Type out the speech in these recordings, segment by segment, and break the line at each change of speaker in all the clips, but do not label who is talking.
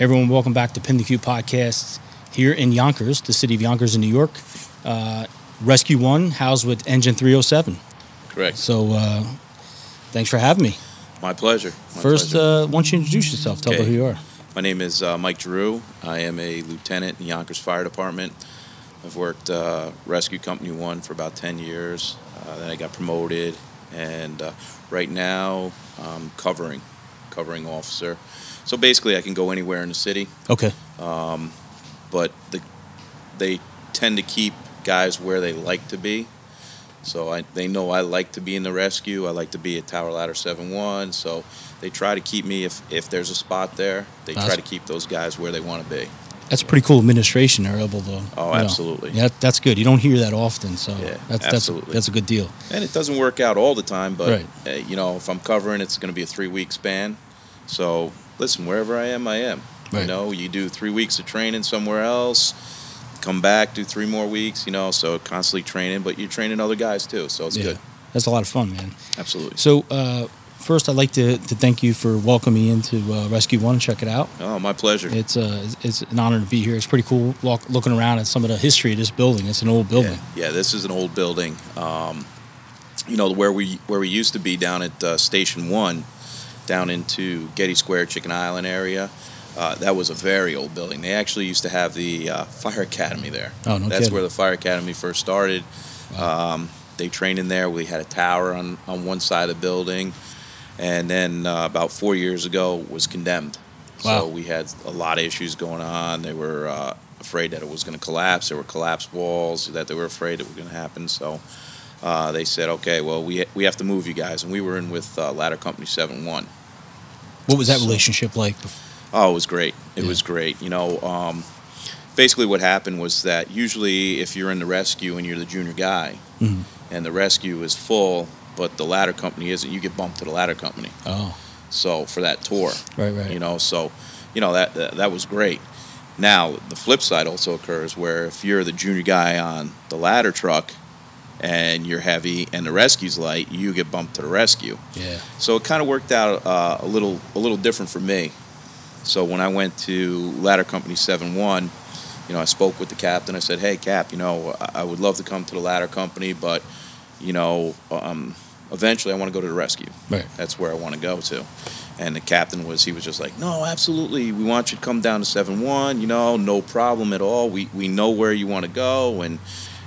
Everyone, welcome back to Pin the Q podcast here in Yonkers, the city of Yonkers in New York. Uh, Rescue One housed with Engine 307.
Correct.
So uh, thanks for having me.
My pleasure. My
First,
pleasure.
uh, why don't you introduce yourself? Tell
Okay.
them who you are.
my name is uh, Mike Drew. I am a lieutenant in Yonkers Fire Department. I've worked uh, Rescue Company One for about ten years. Uh, then I got promoted, and uh, right now I'm covering, covering officer. So basically, I can go anywhere in the city,
Okay.
but the, they tend to keep guys where they like to be. So I, they know I like to be in the rescue. I like to be at Tower Ladder 7 1. So they try to keep me, if, if there's a spot there, they try
Awesome.
to keep those guys where they want to be.
That's pretty cool administration they're able to.
Oh,
you know.
absolutely.
Yeah, that- that's good. You don't hear that often, so
Yeah,
that's
absolutely.
that's that's a good deal.
And it doesn't work out all the time, but
Right.
uh, you know, if I'm covering, it's going to be a three week span. So listen, wherever I am, I am.
Right.
You know, you do three weeks of training somewhere else, come back, do three more weeks, you know, so constantly training, but you're training other guys too. So it's
yeah,
good.
that's a lot of fun, man.
Absolutely.
So uh, first, I'd like to, to thank you for welcoming me into uh, Rescue One. Check it out.
Oh, my pleasure.
It's uh, it's an honor to be here. It's pretty cool walk, looking around at some of the history of this building. It's an old building.
Yeah, yeah, this is an old building. Um, you know where we where we used to be down at uh, Station One, down into Getty Square, Chicken Island area. Uh, that was a very old building. They actually used to have the uh, fire academy there.
Oh, no
That's
kidding.
where the fire academy first started. Um, they trained in there. We had a tower on, on one side of the building, and then uh, about four years ago was condemned.
Wow.
So we had a lot of issues going on. They were uh, afraid that it was going to collapse. There were collapsed walls that they were afraid that were going to happen. So uh, they said, okay, well, we, we have to move you guys. And we were in with uh, Ladder Company 7 1.
What was that
So-
relationship like? bef-
Oh, it was great. It
Yeah.
was great. You know, um, basically what happened was that usually if you're in the rescue and you're the junior guy
Mhm.
and the rescue is full, but the ladder company isn't, you get bumped to the ladder company.
Oh,
So for that tour,
right, right.
you know, so, you know, that, that, that was great. Now, the flip side also occurs where if you're the junior guy on the ladder truck and you're heavy and the rescue's light, you get bumped to the rescue.
yeah,
So it kind of worked out uh, a little a little different for me. So when I went to Ladder Company Seven One, you know, I spoke with the captain. I said, "Hey, Cap, you know, I, I would love to come to the Ladder Company, but you know, um, eventually I want to go to the rescue.
right.
That's where I want to go to." And the captain was he was just like, "No, absolutely. We want you to come down to Seven One. You know, no problem at all. We we know where you want to go, and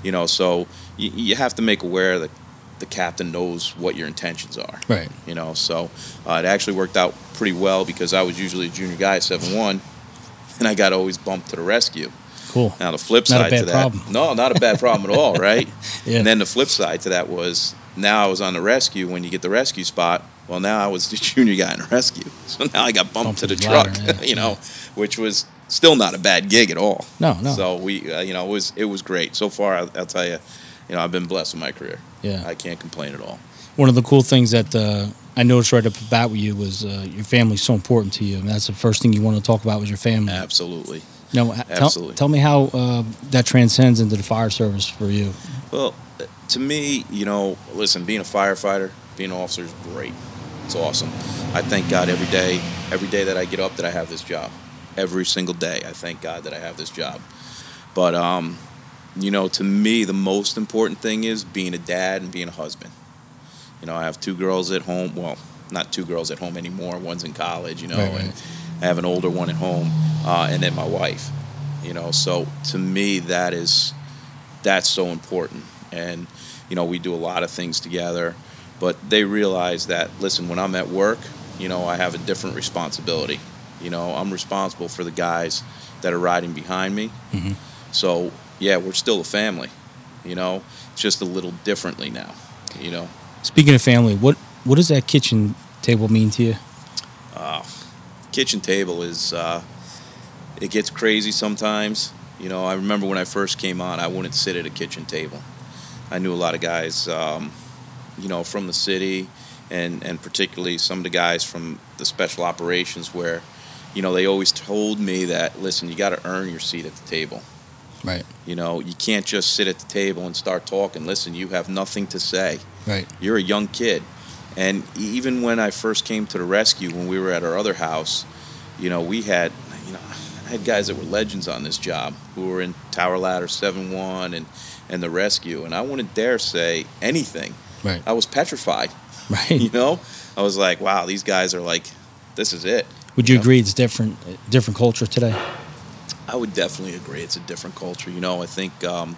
you know, so you, you have to make aware that the captain knows what your intentions are."
Right.
you know. So uh, it actually worked out pretty well because I was usually a junior guy at seven one, and I got always bumped to the rescue.
Cool.
Now the flip
Not a
side
bad
to that,
problem.
no, not a bad problem at all, right?
Yeah.
And then the flip side to that was now I was on the rescue. When you get the rescue spot, well, now I was the junior guy in the rescue, so now I got
Bumped
bumped, to
to
the,
the
truck,
ladder, yeah,
you know, which was still not a bad gig at all.
No, no.
So we, uh, you know, it was it was great so far. I'll, I'll tell you, you know, I've been blessed with my career.
Yeah.
I can't complain at all.
One of the cool things that uh, I noticed right up the bat with you was uh, your family's so important to you. and that's the first thing you want to talk about was your family.
Absolutely.
No, h- tell,
Absolutely.
tell me how uh, that transcends into the fire service for you.
Well, uh, to me, you know, listen, being a firefighter, being an officer is great. It's awesome. I thank God every day, every day that I get up that I have this job. Every single day, I thank God that I have this job. But, um, you know, to me, the most important thing is being a dad and being a husband. You know, I have two girls at home. Well, not two girls at home anymore. One's in college, you know,
Right, right.
and I have an older one at home, uh, and then my wife. You know, so to me, that is that's so important. And you know, we do a lot of things together, but they realize that listen, when I'm at work, you know, I have a different responsibility. You know, I'm responsible for the guys that are riding behind me.
Mhm.
So yeah, we're still a family. You know, it's just a little differently now. You know,
Speaking of family, what what does that kitchen table mean to you?
kitchen table is uh, it gets crazy sometimes. You know, I remember when I first came on, I wouldn't sit at a kitchen table. I knew a lot of guys, um, you know, from the city, and and particularly some of the guys from the special operations, where, you know, they always told me that listen, you got to earn your seat at the table.
Right,
You know, you can't just sit at the table and start talking. Listen, you have nothing to say
right,
you're a young kid. e, And even when I first came to the rescue, when we were at our other house, you know, we had, I you know, I had guys that were legends on this job who were in Tower Ladder 7 1 and, and the rescue. And I wouldn't dare say anything.
Right.
I was petrified, you
Right.
know? I was like, wow, these guys are like, this is it.
Would you
Yeah.
agree it's different, different culture today?
I would definitely agree. It's a different culture. You know, I think, um,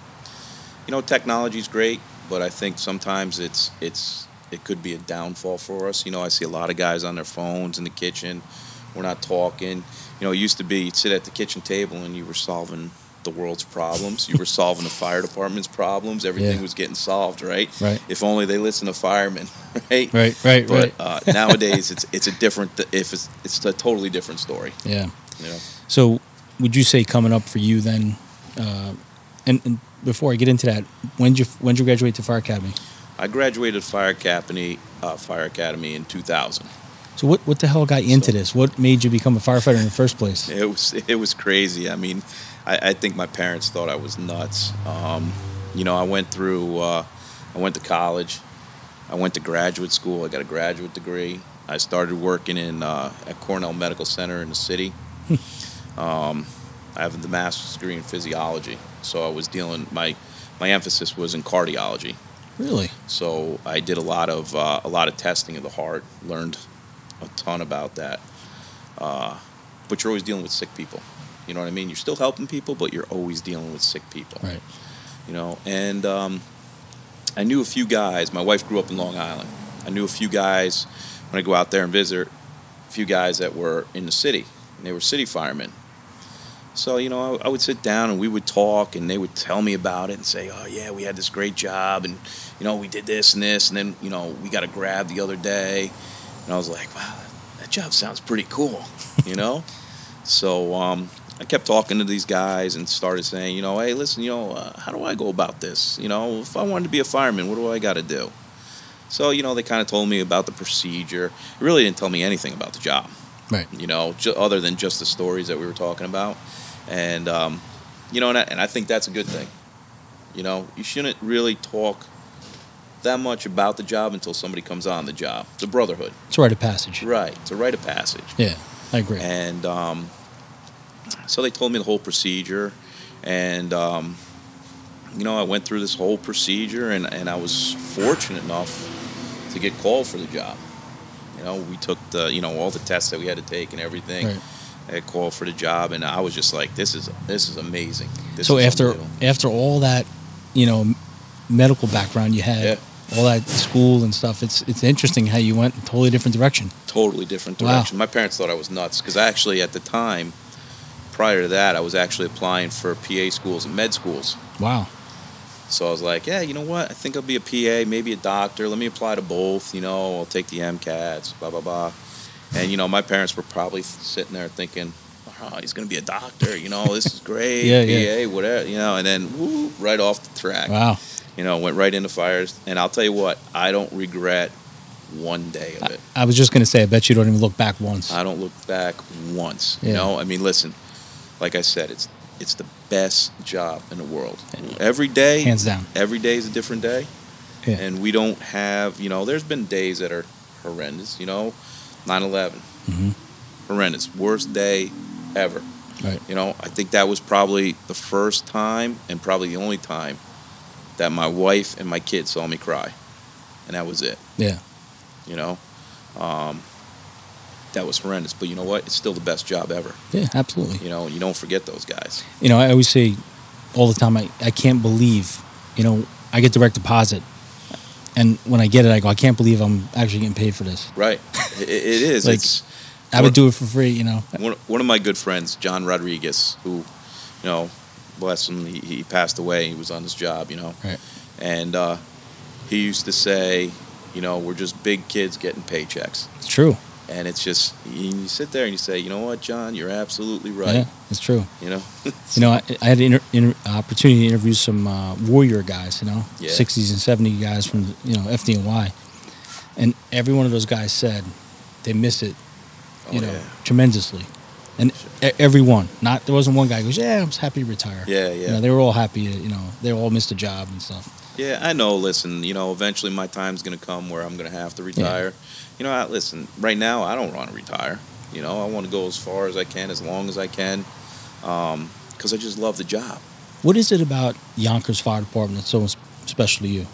you know, technology's great, but I think sometimes it's, it's, it could be a downfall for us. You know, I see a lot of guys on their phones in the kitchen. We're not talking. You know, it used to be you'd sit at the kitchen table and you were solving the world's problems. You were solving the fire department's problems. Everything
Yeah.
was getting solved, right?
Right.
If only they listened to firemen, right?
Right, right,
But
right.
uh, nowadays, it's it's a different. If it's it's a totally different story.
Yeah.
You know.
So, would you say coming up for you then? Uh, and, and before I get into that, when did you when did you graduate to fire academy?
I graduated Fire Academy, uh, Fire Academy in 2000.
So what what the hell got you into
So-
this? What made you become a firefighter in the first place?
It was it was crazy. I mean, I, I think my parents thought I was nuts. Um, you know, I went through, uh, I went to college, I went to graduate school. I got a graduate degree. I started working in uh, at Cornell Medical Center in the city. um, I have the master's degree in physiology, so I was dealing my my emphasis was in cardiology.
Really?
So I did a lot of uh, a lot of testing of the heart. Learned a ton about that. Uh, but you're always dealing with sick people. You know what I mean? You're still helping people, but you're always dealing with sick people.
Right.
You know, and um, I knew a few guys. My wife grew up in Long Island. I knew a few guys when I go out there and visit. A few guys that were in the city. And they were city firemen. So you know, I, I would sit down and we would talk, and they would tell me about it and say, "Oh yeah, we had this great job, and you know, we did this and this, and then you know, we got a grab the other day." And I was like, "Wow, that job sounds pretty cool," you know. so um, I kept talking to these guys and started saying, "You know, hey, listen, you know, uh, how do I go about this? You know, if I wanted to be a fireman, what do I got to do?" So you know, they kind of told me about the procedure. They really didn't tell me anything about the job
Right.
you know, ju- other than just the stories that we were talking about. And, um, you know, and I, and I think that's a good thing. You know, you shouldn't really talk that much about the job until somebody comes on the job. It's a brotherhood.
It's a rite of passage.
Right. It's a rite of passage.
Yeah, I agree.
And um, so they told me the whole procedure. And, um, you know, I went through this whole procedure and, and I was fortunate enough to get called for the job. You know, we took the, you know, all the tests that we had to take and everything.
Right.
I got called for the job and I was just like, this is, this is amazing. This
so
is
after
unbelievable.
after all that, you know, m- medical background you had, all that school and stuff, it's it's interesting how you went in a totally different direction.
totally different
Wow.
direction. My parents thought I was nuts because actually at the time, prior to that, I was actually applying for PA schools and med schools.
Wow.
So I was like, yeah, you know what? I think I'll be a PA, maybe a doctor. Let me apply to both. You know, I'll take the MCATs, blah, blah, blah. And, you know, my parents were probably sitting there thinking, oh, he's going to be a doctor. You know, this is great.
Yeah,
PA,
yeah.
whatever. You know, and then woo, right off the track.
Wow.
You know, went right into fires. And I'll tell you what, I don't regret one day of it.
I was just gonna say, I bet you don't even look back once.
I don't look back once.
Yeah.
You know, I mean, listen, like I said, it's it's the best job in the world. Every day,
Hands down.
every day is a different day,
Yeah.
and we don't have. You know, there's been days that are horrendous. You know, 9/11,
Mhm.
horrendous, worst day ever.
Right.
You know, I think that was probably the first time and probably the only time that my wife and my kids saw me cry, and that was it
Yeah.
you know um, that was horrendous but you know what it's still the best job ever
Yeah. Absolutely.
you know you don't forget those guys
you know, I always say all the time, I, I can't believe, you know, I get direct deposit. And when I get it, I go, I can't believe I'm actually getting paid for this.
right it, it is
Like-
it's
I would
What-
do it for free, you know.
one, one of my good friends john rodriguez who you know bless him he, he passed away he was on his job you know
Right.
and uh, he used to say you know we're just big kids getting paychecks
It's true.
and it's just you, you sit there and you say you know what john you're absolutely right
Yeah, it's true.
you know
You know, I, I had an inter, inter, opportunity to interview some uh, warrior guys, you know,
Yeah.
60s and 70s guys from, you know, FDNY. And every one of those guys said they miss it, you
Oh,
know,
yeah.
tremendously. And e- every one, not, there wasn't one guy who goes, yeah, I was happy to retire.
Yeah,
You
yeah.
know, they were all happy, to, you know, they all missed a job and stuff.
Yeah, I know. Listen, you know, eventually my time's going to come where I'm going to have to retire. You know, I, listen, right now I don't want to retire. You know, I want to go as far as I can, as long as I can, because I just love the job.
What is it about Yonkers Fire Department that's so special to you?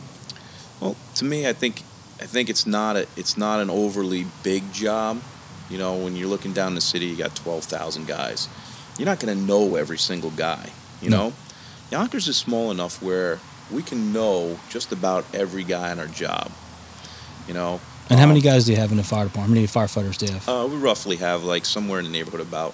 Well, to me, I think I think it's not a it's not an overly big job. You know, when you're looking down the city, you got twelve thousand guys. You're not going to know every single guy. You
No.
know, Yonkers is small enough where we can know just about every guy in our job. You know,
And how many
Um,
guys do you have in the fire department? How many firefighters do you have?
Uh, we roughly have like somewhere in the neighborhood about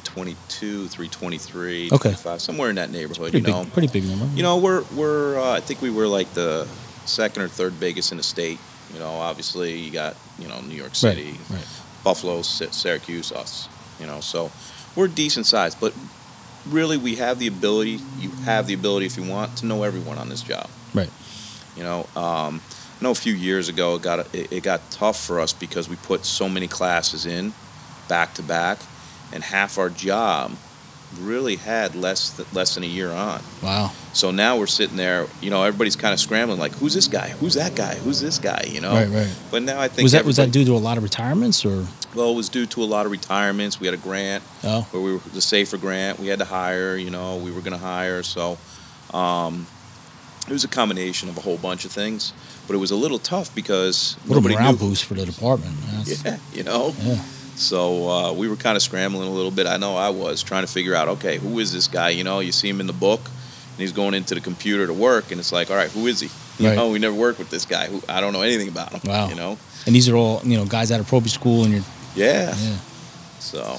322, 323,
Okay.
25, somewhere in that neighborhood.
pretty
You
big,
know,
pretty big number.
you know, we're we're uh, I think we were like the second or third biggest in the state. You know, obviously you got you know New York
right,
City,
right.
Buffalo, Sy- Syracuse, us. You know, so we're decent size, but really we have the ability. You have the ability if you want to know everyone on this job.
Right.
You know, um, I know a few years ago it got it, it got tough for us because we put so many classes in back to back, and half our job really had less th- less than a year on.
Wow.
So now we're sitting there, you know, everybody's kind of scrambling, like, who's this guy? Who's that guy? Who's this guy? You know.
Right, right.
But now I think
Was that was that
everybody-
due to a lot of retirements or?
well, it was due to a lot of retirements. We had a grant
Oh,
where we were the safer grant. We had to hire, you know, we were going to hire. So um, it was a combination of a whole bunch of things, but it was a little tough because
what a
nobody
morale
knew.
boost for the department. That's-
Yeah, you know.
Yeah.
So uh, we were kind of scrambling a little bit. I know I was trying to figure out, okay, who is this guy? You know, you see him in the book, and he's going into the computer to work, and it's like, all right, who is he? You
Right.
know, we never worked with this guy. Who I don't know anything about him.
Wow.
You know.
And these are all you know guys out of probate school, and you're
Yeah.
yeah.
So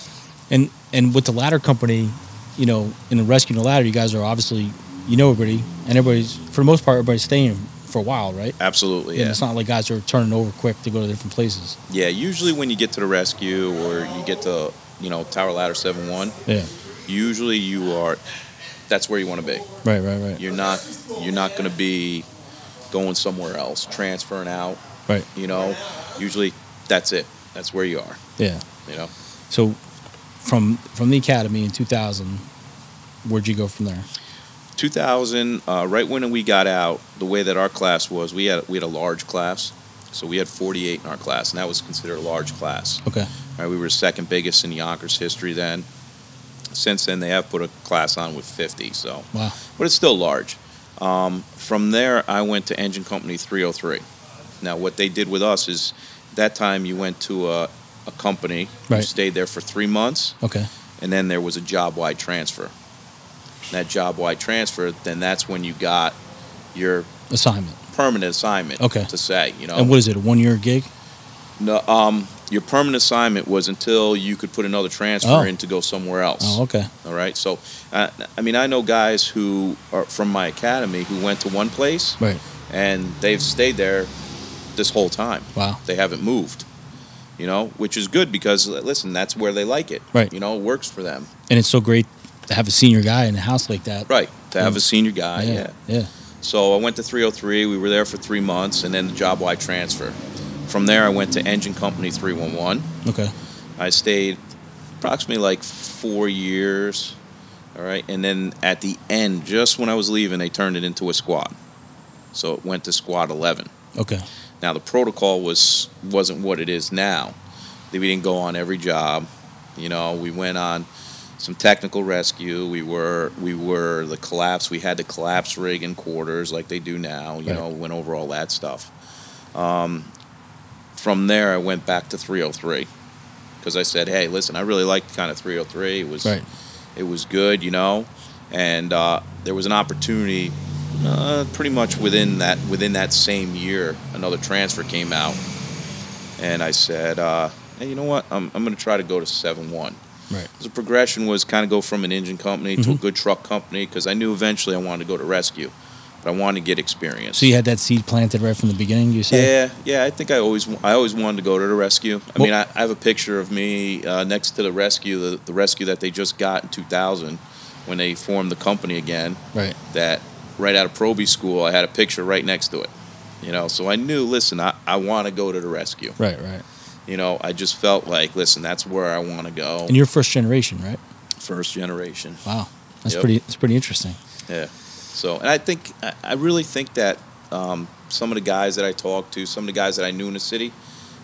And and with the ladder company, you know, in the rescue and the ladder, you guys are obviously you know everybody, and everybody's for the most part everybody's staying for a while, right?
absolutely,
And
yeah.
it's not like guys are turning over quick to go to different places.
Yeah, usually when you get to the rescue or you get to, you know, Tower Ladder 7 1,
Yeah.
usually you are, that's where you want to be.
Right. Right. Right.
You're not, you're not going to be going somewhere else, transferring out,
Right.
you know. Usually that's it. That's where you are,
Yeah.
you know.
So, from from the academy in 2000, where'd you go from there?
2000, uh, right when we got out, the way that our class was, we had, we had a large class. So we had 48 in our class, and that was considered a large class.
Okay.
Right, we were second biggest in Yonkers history then. Since then, they have put a class on with 50, so
Wow.
but it's still large. Um, from there, I went to Engine Company 303. Now, what they did with us is that time you went to a, a company, you
Right.
stayed there for three months,
Okay.
and then there was a job wide transfer. And that job wide transfer, then that's when you got your
Assignment.
permanent assignment
Okay.
to say, you know.
And what is it? A one year gig?
No, um, your permanent assignment was until you could put another transfer
Oh.
in to go somewhere else.
Oh, okay.
All right. So, uh, I mean, I know guys who are from my academy who went to one place
Right.
and they've stayed there this whole time.
Wow.
They haven't moved, you know, which is good because li- listen, that's where they like it.
Right.
You know, it works for them.
And it's so great to have a senior guy in the house like that.
Right. To have
Mm.
a senior guy. Yeah.
Yeah. Yeah.
So I went to 303. We were there for three months and then the job wide transfer. From there, I went to Engine Company 311.
Okay.
I stayed approximately like four years. All right. And then at the end, just when I was leaving, they turned it into a squad. So it went to squad 11.
Okay.
Now the protocol was wasn't what it is now. We didn't go on every job. You know, we went on some technical rescue. We were we were the collapse. We had the collapse rig in quarters like they do now. You
Right.
know, went over all that stuff. Um, from there, I went back to 303 because I said, "Hey, listen, I really liked kind of 303. It was
Right.
it was good, you know, and uh, there was an opportunity. Uh, pretty much within that within that same year, another transfer came out, and I said, uh, "Hey, you know what? I'm I'm going to try to go to seven one."
Right.
The progression was kind of go from an engine company to a
Mm-hmm.
good truck company because I knew eventually I wanted to go to rescue, but I wanted to get experience.
So you had that seed planted right from the beginning. You said.
Yeah, yeah. I think I always I always wanted to go to the rescue. I
Well-
mean, I, I have a picture of me uh, next to the rescue, the, the rescue that they just got in 2000 when they formed the company again.
Right.
That right out of Proby school, I had a picture right next to it. You know, so I knew. Listen, I, I want to go to the rescue.
Right. Right.
You know, I just felt like, listen, that's where I want to go.
And you're first generation, right?
First generation.
Wow. That's
Yep.
pretty. That's pretty interesting.
Yeah. So, and I think I- I really think that um, some of the guys that I talked to, some of the guys that I knew in the city,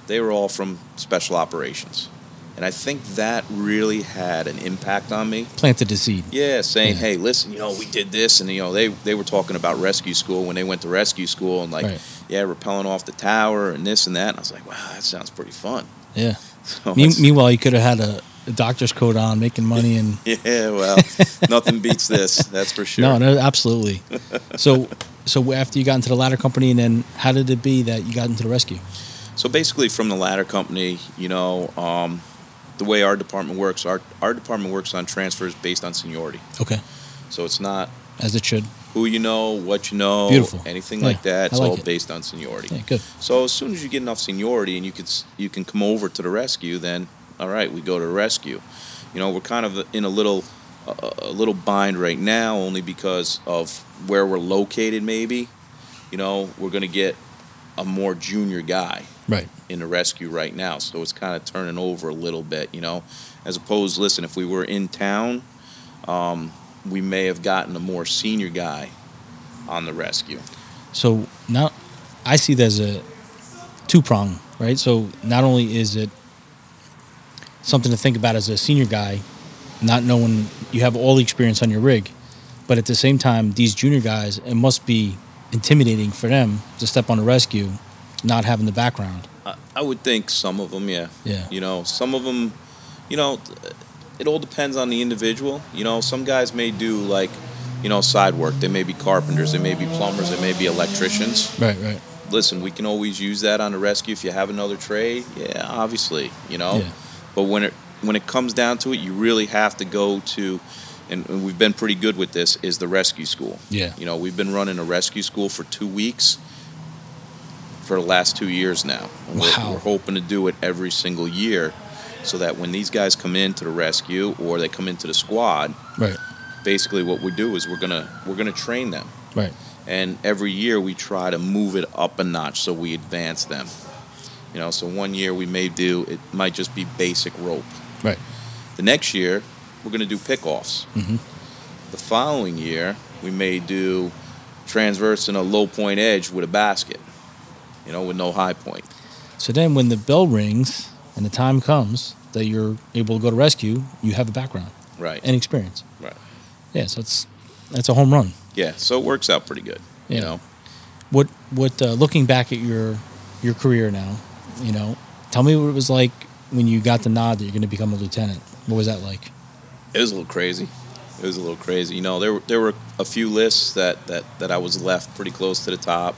they were all from special operations. And I think that really had an impact on me.
Planted a seed.
Yeah, saying,
Yeah.
"Hey, listen, you know, we did this," and you know, they they were talking about rescue school when they went to rescue school, and like,
Right.
yeah, rappelling off the tower and this and that. And I was like, "Wow, that sounds pretty fun."
Yeah.
So
Me-
it's-
meanwhile, you could have had a, a doctor's coat on, making money, and
yeah, well, nothing beats this. That's for sure.
no, no, absolutely. so, so after you got into the ladder company, and then how did it be that you got into the rescue?
So basically, from the latter company, you know, um, the way our department works, our our department works on transfers based on seniority.
Okay,
So it's not
as it should.
who you know, what you know,
Beautiful.
anything
Yeah,
like that. It's
I like
all
it.
based on seniority.
Yeah, good.
So as soon as you get enough seniority and you can s- you can come over to the rescue, then all right, we go to the rescue. You know, we're kind of in a little a, a little bind right now, only because of where we're located. Maybe, you know, we're going to get a more junior guy
Right.
in the rescue right now, so it's kind of turning over a little bit. You know, as opposed, listen, if we were in town, um, we may have gotten a more senior guy on the rescue.
So now, I see there's a two prong, right? So not only is it something to think about as a senior guy, not knowing you have all the experience on your rig, but at the same time, these junior guys, it must be intimidating for them to step on a rescue, not having the background.
I, I would think some of them, yeah.
Yeah.
You know, some of them, you know, it all depends on the individual. You know, some guys may do like, you know, side work. They may be carpenters. They may be plumbers. They may be electricians.
Right. Right.
Listen, we can always use that on the rescue if you have another trade. Yeah, obviously, you know.
Yeah.
But when it when it comes down to it, you really have to go to, and, and we've been pretty good with this. Is the rescue school?
Yeah.
You know, we've been running a rescue school for two weeks for the last two years now. And we're-
Wow.
We're, hoping to do it every single year so that when these guys come into the rescue or they come into the squad,
Right.
basically what we do is we're gonna we're gonna train them.
Right.
And every year we try to move it up a notch so we advance them. You know, so one year we may do it might just be basic rope.
Right.
The next year, we're going to do pickoffs.
Mhm.
The following year, we may do transversing a low point edge with a basket, you know, with no high point.
So then, when the bell rings and the time comes that you're able to go to rescue, you have a background
Right.
and experience.
right.
Yeah, so it's that's a home run.
Yeah. So it works out pretty good.
Yeah.
You know,
What what uh, looking back at your your career now, you know, tell me what it was like when you got the nod that you're going to become a lieutenant. What was that like?
it was a little crazy. It was a little crazy. You know, there were, there were a few lists that, that, that I was left pretty close to the top,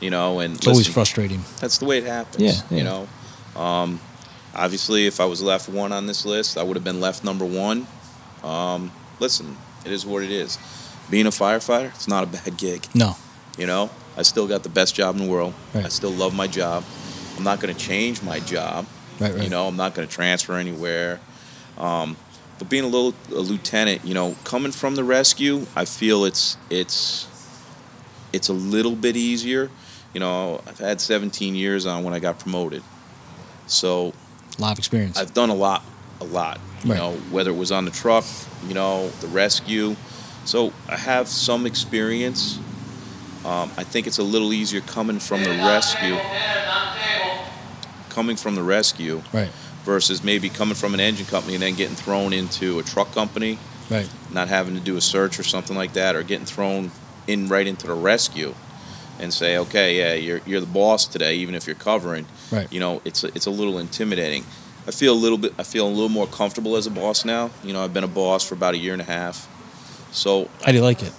you know, and
It's always
listen,
frustrating.
that's the way it happens.
Yeah, yeah.
You know, um, obviously, if I was left one on this list, I would have been left number one. Um, listen, it is what it is. Being a firefighter, it's not a bad gig.
No,
You know, I still got the best job in the world.
Right.
I still love my job. I'm not going to change my job.
right, right.
You know, I'm not going to transfer anywhere. Um, but being a little a lieutenant, you know, coming from the rescue, I feel it's it's it's a little bit easier. You know, I've had 17 years on when I got promoted, so
live experience.
I've done a lot, a lot. You
Right.
know, whether it was on the truck, you know, the rescue, so I have some experience. Um, I think it's a little easier coming from the rescue, coming from the rescue,
right,
versus maybe coming from an engine company and then getting thrown into a truck company,
right,
not having to do a search or something like that, or getting thrown in right into the rescue and say, okay, yeah, you're, you're the boss today, even if you're covering.
right.
You know, it's a, it's a little intimidating. I feel a little bit, I feel a little more comfortable as a boss now. You know, I've been a boss for about a year and a half, so
How do you like it?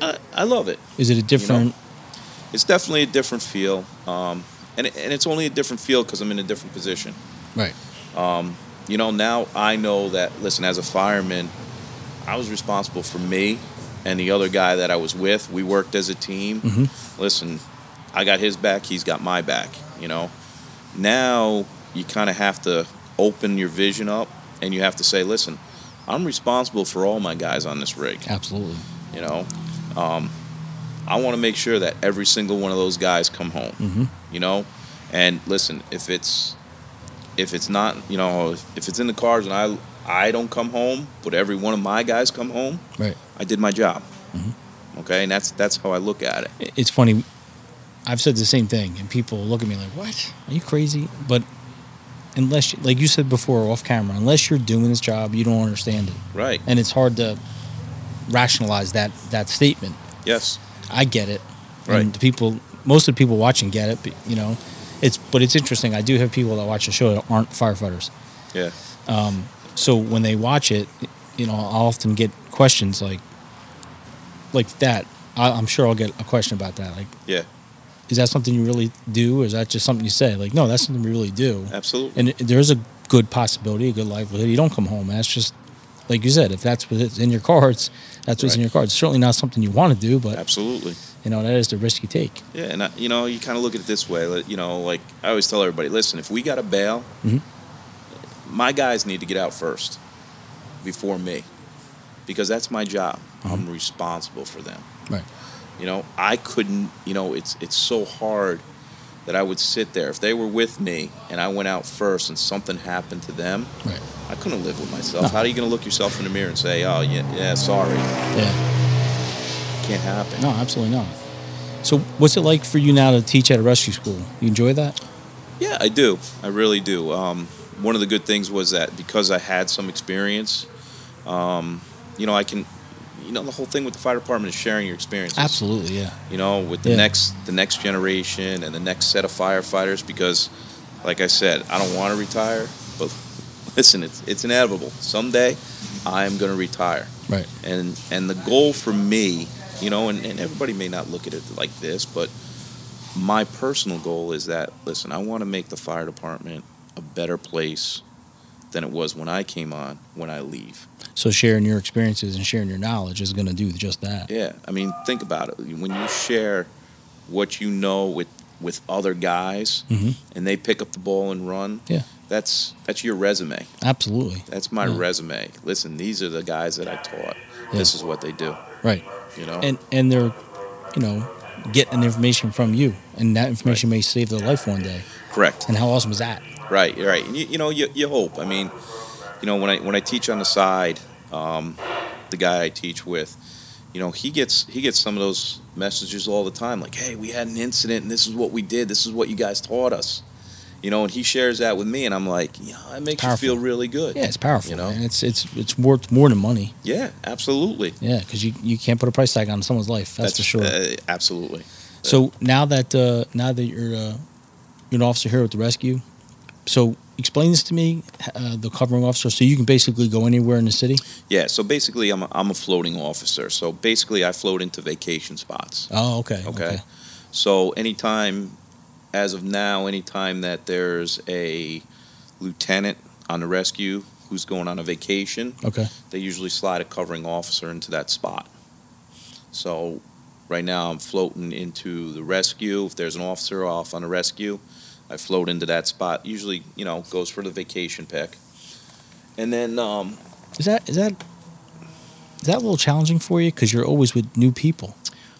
I, I love it.
Is it a different?
It's definitely a different feel, um, and it- and it's only a different feel because I'm in a different position.
Right,
you know now i know that listen as a fireman i was responsible for me and the other guy that i was with we worked as a team listen i got his back he's got my back you know now you kind of have to open your vision up and you have to say listen i'm responsible for all my guys on this rig
absolutely.
you know um, i want to make sure that every single one of those guys come home
Mm-hmm.
you know and listen if it's if it's not you know if it's in the cars and i i don't come home but every one of my guys come home
Right.
i did my job
Mm-hmm.
okay and that's that's how i look at it
It- It's funny. I've said the same thing, and people look at me like, "What? Are you crazy?" But unless, you- like you said before, off camera, unless you're doing this job, you don't understand it,
Right.
and it's hard to rationalize that that statement.
Yes.
I get it.
Right.
And the people, most of the people watching get it, but, you know, it's but it's interesting. I do have people that watch the show that aren't firefighters,
Yeah.
so when they watch it, you know, I'll often get questions like, like that. I, I'm sure I'll get a question about that. Like,
Yeah.
is that something you really do, or is that just something you say? Like, no, that's something we really do.
Absolutely.
And it- there's a good possibility, a good likelihood you don't come home. That's just like you said. If that's what's in your cards, that's what's in
Right.
your cards. Certainly not something you want to do, but
Absolutely.
you know that is the risk you take.
Yeah, and I, you know, you kind of look at it this way. like, You know, like I always tell everybody, listen, if we got a bail,
Mhm.
my guys need to get out first before me, because that's my job. I'm responsible for them.
Right.
You know, I couldn't. You know, it's it's so hard that I would sit there if they were with me and I went out first and something happened to them.
Right.
I couldn't live with myself.
No.
How are you going to look yourself in the mirror and say, "Oh, yeah, yeah sorry,
Yeah.
can't happen"?
No, absolutely not. So, what's it like for you now to teach at a rescue school? You enjoy that?
Yeah, I do. I really do. Um, one of the good things was that because I had some experience, um, you know, I can, you know, the whole thing with the fire department is sharing your experiences.
Absolutely, yeah.
You know, with the
Yeah.
next the next generation and the next set of firefighters, because, like I said, I don't want to retire, but listen, it's it's inevitable. Someday, I am going to retire
Right.
and and the goal for me you know and, and everybody may not look at it like this but my personal goal is that listen i want to make the fire department a better place than it was when i came on when i leave
So, sharing your experiences and sharing your knowledge is going to do just that.
yeah i mean think about it when you share what you know with with other guys
Mhm.
and they pick up the ball and run
Yeah. Mm-hmm.
that's that's your resume
Absolutely.
that's my
Yeah.
resume listen these are the guys that i taught this is what they do
Right.
you know
And and they're, you know, getting information from you, and that information may save their life one day.
correct
And how awesome is that?
Right, right. And you, you know, you, you hope. I mean, you know, when I when I teach on the side, um, the guy I teach with, you know, he gets he gets some of those messages all the time, like, "Hey, we had an incident, and this is what we did. This is what you guys taught us." You know, and he shares that with me, and I'm like, "Yeah, it makes
Powerful.
you feel really good."
Yeah, it's powerful.
You know?
man. it's it's it's worth more than money.
Yeah, absolutely.
Yeah, because you, you can't put a price tag on someone's life. That's, for sure.
uh, absolutely.
So now that uh, now that you're uh, you're an officer here with the rescue, so explain this to me, uh, the covering officer. So you can basically go anywhere in the city.
Yeah. So basically, I'm a, I'm a floating officer. So basically, I float into vacation spots.
Oh, okay.
Okay. So anytime, as of now, anytime that there's a lieutenant on the rescue who's going on a vacation,
Okay. okay.
they usually slide a covering officer into that spot. So right now I'm floating into the rescue. If there's an officer off on a rescue, I float into that spot. Usually, you know, goes for the vacation pick. And then um,
Is that is that is that a little challenging for you because you're always with new people?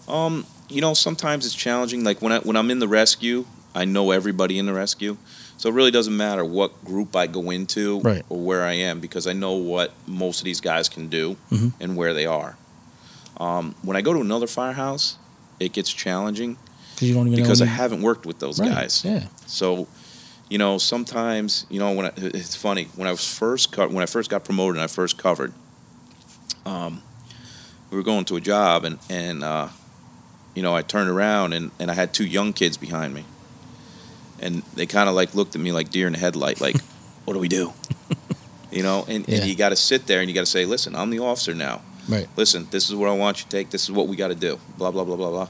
Um, you know, sometimes it's challenging. Like when I when I'm in the rescue, I know everybody in the rescue, so it really doesn't matter what group I go into
Right.
or where I am because I know what most of these guys can do
Mhm.
and where they are. Um, when I go to another firehouse, it gets challenging
Because you don't even
because
know
I
when you-
haven't worked with those
Right,
guys.
Yeah.
So, you know, sometimes you know when I, it's funny when I was first co- when I first got promoted and I first covered, um, we were going to a job and and uh, you know I turned around and and I had two young kids behind me, and they kind of like looked at me like deer in the headlight, like, what do we do? You know, and,
Yeah.
and you got to sit there and you got to say, listen, I'm the officer now.
Right.
Listen, this is what I want you to take. This is what we got to do. Blah blah blah blah blah.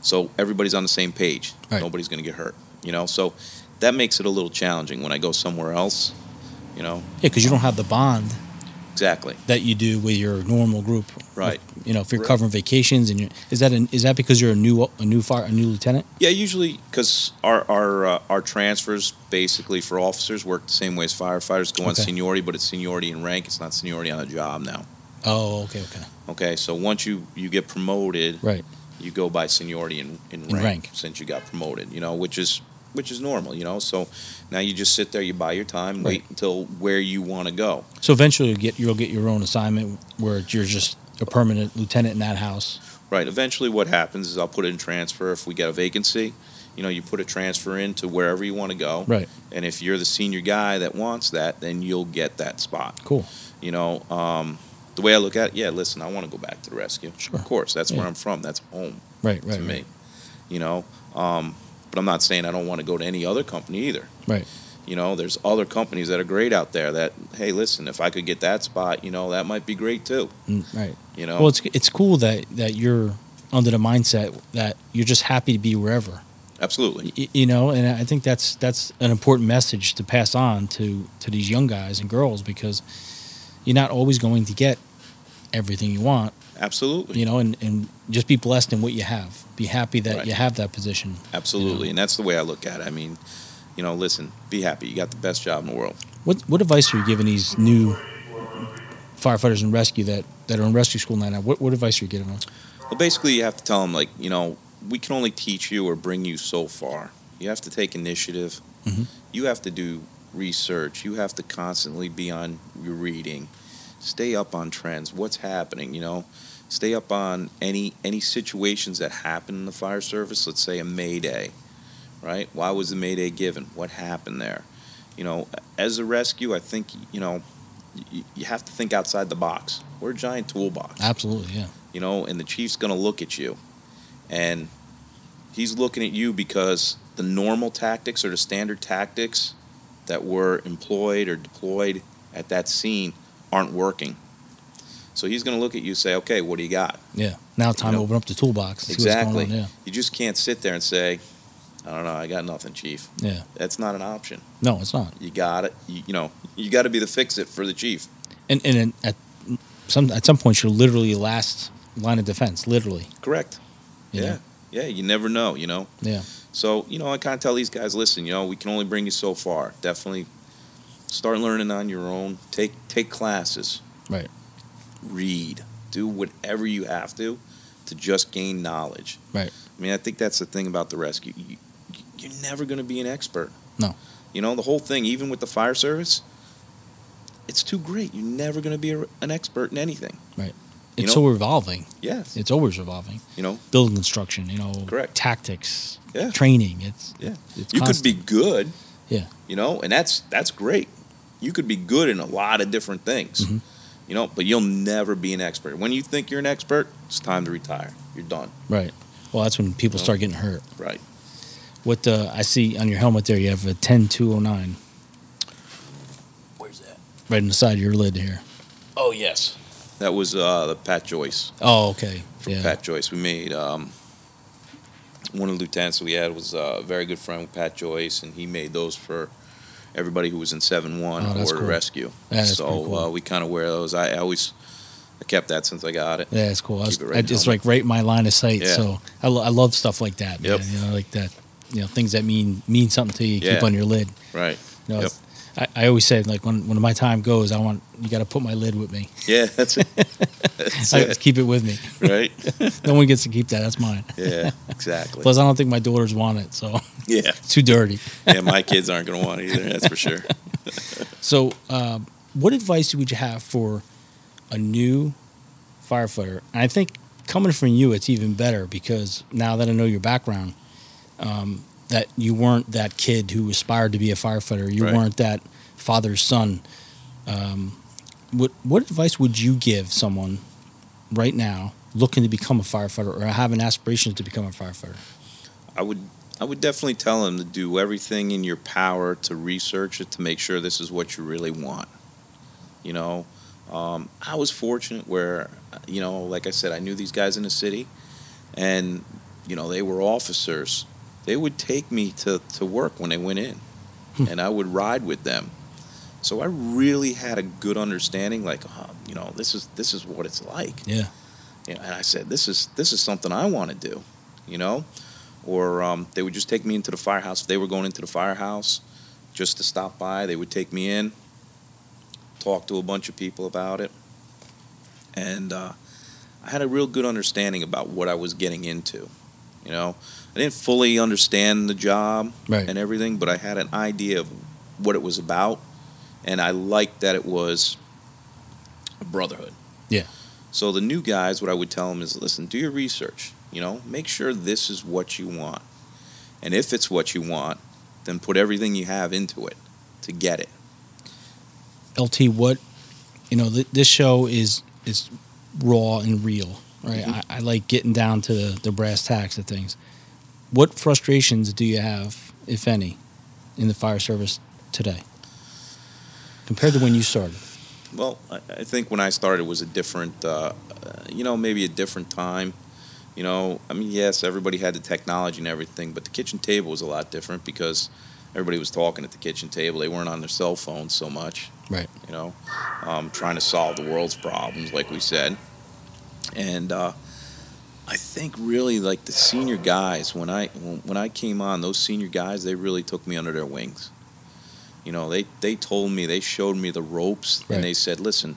So everybody's on the same page.
Right.
Nobody's going to get hurt. You know, so that makes it a little challenging when I go somewhere else. You know,
Yeah, because you don't have the bond
exactly.
that you do with your normal group.
Right.
You know, if you're
Right.
covering vacations and you're is that an, is that because you're a new a new fire a new lieutenant?
Yeah, usually because our our uh, our transfers basically for officers work the same way as firefighters go on
Okay.
seniority, but it's seniority in rank. It's not seniority on a job now.
Oh, okay, okay.
Okay, so once you you get promoted,
Right.
you go by seniority in, in,
In
rank,
rank.
since you got promoted, you know, which is which is normal, you know. So now you just sit there, you buy your time,
Right.
wait until where you want to go.
So eventually, you'll get you'll get your own assignment where you're just a permanent lieutenant in that house.
Right. Eventually, what happens is I'll put in transfer if we get a vacancy. you know, you put a transfer in to wherever you want to go.
Right.
And if you're the senior guy that wants that, then you'll get that spot.
Cool.
You know, um, the way I look at it, yeah, listen, I want to go back to the rescue.
Sure.
Of course, that's
Yeah.
where I'm from. That's home
Right. Right.
to
right.
me. You know, um, but I'm not saying I don't want to go to any other company either.
Right.
You know, there's other companies that are great out there that, hey, listen, if I could get that spot, you know, that might be great too.
Mm, right.
You know,
Well, it's it's cool that that you're under the mindset that you're just happy to be wherever.
absolutely.
Y- you know, and I think that's that's an important message to pass on to to these young guys and girls because you're not always going to get everything you want.
Absolutely.
You know, and and just be blessed in what you have. Be happy that
Right.
you have that position.
Absolutely. And that's the way I look at it. I mean, you know, listen, be happy. You got the best job in the world.
What what advice are you giving these new firefighters in rescue that that are in rescue school now? What what advice are you giving them?
Well, basically, you have to tell them, like, you know, we can only teach you or bring you so far. You have to take initiative.
Mhm.
You have to do research. You have to constantly be on your reading. Stay up on trends. What's happening? You know, stay up on any any situations that happen in the fire service. Let's say a Mayday, right? Why was the Mayday given? What happened there? You know, as a rescue, I think you know you, you have to think outside the box. We're a giant toolbox
Absolutely, yeah.
you know, and the chief's going to look at you. And he's looking at you because the normal tactics or the standard tactics that were employed or deployed at that scene aren't working. So he's going to look at you and say, okay, what do you got?
Yeah. Now time
know.
to open up the toolbox. see what's going
Exactly.
on, Yeah.
You just can't sit there and say, I don't know, I got nothing, chief.
Yeah.
That's not an option.
No, it's not.
You got it. You, you know, you got to be the fix it for the chief.
And and then at some at some point you're literally last line of defense, literally.
Correct.
you know?
Yeah. Yeah. You never know, you know.
Yeah.
So, you know, I kind of tell these guys, listen, you know, we can only bring you so far. Definitely start learning on your own. Take take classes.
Right.
Read. Do whatever you have to to just gain knowledge.
Right.
I mean, I think that's the thing about the rescue. You, you- you're never going to be an expert.
No.
You know, the whole thing, even with the fire service, it's too great. You're never going to be a, an expert in anything.
It's
You know-
so revolving.
Yes.
It's always revolving.
You know?
Building construction, you know,
Correct.
tactics,
Yeah.
training. It's
Yeah.
It's
you
constant.
could be good.
Yeah.
You know, and that's that's great. You could be good in a lot of different things.
Mhm.
You know, but you'll never be an expert. When you think you're an expert, it's time to retire. You're done.
Right. Well, that's when people start getting hurt.
Right.
What uh, I see on your helmet there, you have a 10209
Where's that?
right in the side of your lid here.
Oh yes. That was uh, the Pat Joyce.
Oh, okay.
From
Yeah.
Pat Joyce, we made um, one of the lieutenants we had was uh, a very good friend with Pat Joyce, and he made those for everybody who was in seven one
Oh,
or
that's
the
cool.
rescue.
Yeah, that's
so
pretty cool.
uh, we kind of wear those. I, I always I kept that since I got it.
Yeah, it's cool. I was,
Keep it right
I,
in
it's
helmet.
like right in my line of sight.
Yeah.
So I, lo- I love stuff like that.
Yep.
Man, you know, like that. You know, things that mean mean something to you. you Keep
Yeah.
on your lid.
Right.
You know,
Yep.
I, I always say like when when my time goes, I want you got to put my lid with me.
Yeah. That's it. That's
I
it.
just keep it with me.
right?
No one gets to keep that. That's mine.
Yeah, exactly.
Plus, I don't think my daughters want it, so
yeah,
it's too dirty.
yeah. My kids aren't going to want it either. That's for sure.
So, um, what advice would you have for a new firefighter? And I think coming from you, it's even better because now that I know your background, um, that you weren't that kid who aspired to be a firefighter. You
Right.
weren't that father's son. Um, what what advice would you give someone right now looking to become a firefighter or having aspirations to become a firefighter?
I would, I would definitely tell them to do everything in your power to research it to make sure this is what you really want. You know, um, I was fortunate where, you know, like I said, I knew these guys in the city, and you know they were officers. They would take me to to work when they went in, and I would ride with them. So I really had a good understanding, like, oh, you know, this is this is what it's like.
Yeah,
you know, and I said, "This is this is something I want to do," you know, or um, they would just take me into the firehouse. If they were going into the firehouse, just to stop by, they would take me in, talk to a bunch of people about it, and uh, I had a real good understanding about what I was getting into. You know, I didn't fully understand the job
right.
and everything, but I had an idea of what it was about, and I liked that it was a brotherhood.
Yeah.
So the new guys, what I would tell them is, listen, do your research. You know, make sure this is what you want. And if it's what you want, then put everything you have into it to get it.
LT, what you know, th- this show is is raw and real, right?
Mhm.
I, I like getting down to the, the brass tacks of things. What frustrations do you have, if any, in the fire service today compared to when you started?
Well, I, I think when I started was a different, uh, uh, you know, maybe a different time. You know, I mean, yes, everybody had the technology and everything, but the kitchen table was a lot different because everybody was talking at the kitchen table. They weren't on their cell phones so much.
Right.
You know, um, trying to solve the world's problems, like we said. And uh, I think really, like the senior guys, when I when, when I came on, those senior guys, they really took me under their wings. You know, they they told me, they showed me the ropes,
Right.
and they said, listen,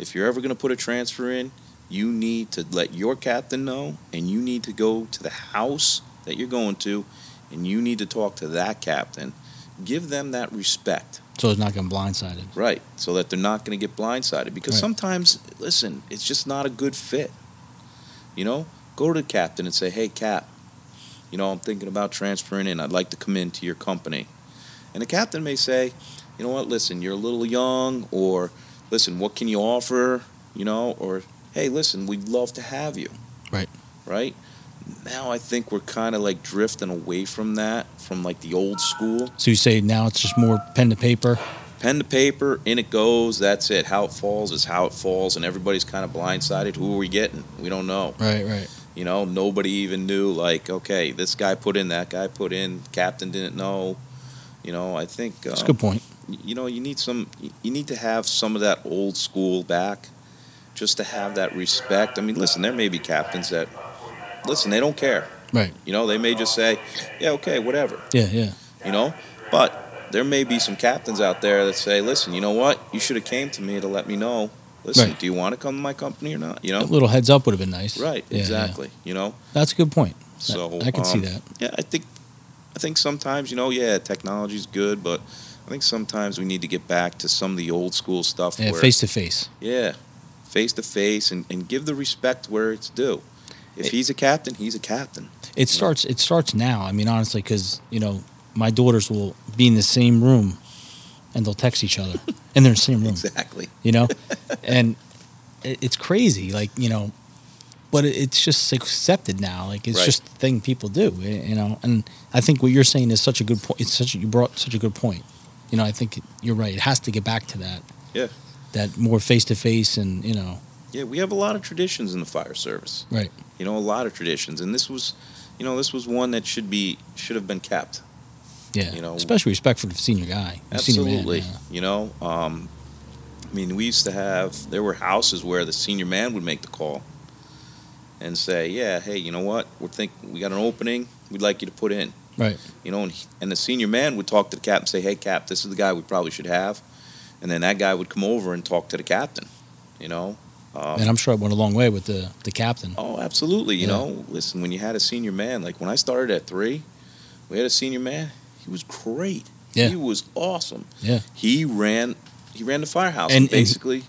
if you're ever going to put a transfer in, you need to let your captain know, and you need to go to the house that you're going to, and you need to talk to that captain. Give them that respect.
So it's not getting blindsided.
Right. So that they're not going to get blindsided. Because
Right.
sometimes, listen, it's just not a good fit. You know, go to the captain and say, hey, Cap, you know, I'm thinking about transferring in. I'd like to come into your company. And the captain may say, you know what, listen, you're a little young, or listen, what can you offer? You know, or hey, listen, we'd love to have you.
Right.
Right. Now I think we're kind of like drifting away from that, from like the old school
So you say now it's just more pen to paper.
pen to paper, in it goes. That's it. How it falls is how it falls, and everybody's kind of blindsided. Who are we getting? We don't know.
Right. Right.
You know, nobody even knew. Like, okay, this guy put in, that guy put in. Captain didn't know. You know, I think uh,
That's a good point.
you know you need some. You need to have some of that old school back, just to have that respect. I mean, listen, there may be captains that listen. They don't care.
Right.
You know, they may just say, yeah, okay, whatever
Yeah. Yeah.
you know but there may be some captains out there that say listen you know what you should have came to me to let me know listen
Right.
do you want to come to my company or not you
A
know
little heads up would have been nice.
Oh. right
Yeah, yeah.
exactly you know
That's a good point.
so
I can see
um,
that.
yeah i think i think sometimes you know yeah technology's good but i think sometimes we need to get back to some of the old school stuff
Yeah.
where
Face to face.
yeah face to face and and give the respect where it's due if he's a captain he's a captain
It starts. It starts now. I mean, honestly, because you know, my daughters will be in the same room, and they'll text each other, and they're in the same room.
exactly
You know, and it, it's crazy. Like you know, but it, it's just accepted now. Like it's
Right.
just the thing people do. y- You know, and I think what you're saying is such a good point. It's such a, you brought such a good point. You know, I think it- you're right. It has to get back to that.
Yeah.
That more face to face, and you know,
yeah we have a lot of traditions in the fire service
right,
you know a lot of traditions and this was you know this was one that should be should have been kept
yeah.
You know-
especially respect for the senior guy, the senior man,
absolutely
yeah.
you know um, i mean we used to have there were houses where the senior man would make the call and say yeah hey you know what we're think we got an opening we'd like you to put in
Right.
you know and, he- and the senior man would talk to the captain and say hey cap this is the guy we probably should have and then that guy would come over and talk to the captain you know um,
and I'm sure it went a long way with the the captain.
Oh, absolutely. You
Yeah.
know, listen, when you had a senior man, like when I started at three, we had a senior man. He was great.
Yeah.
He was awesome.
Yeah.
He ran he ran the firehouse.
And-
And,
and-
basically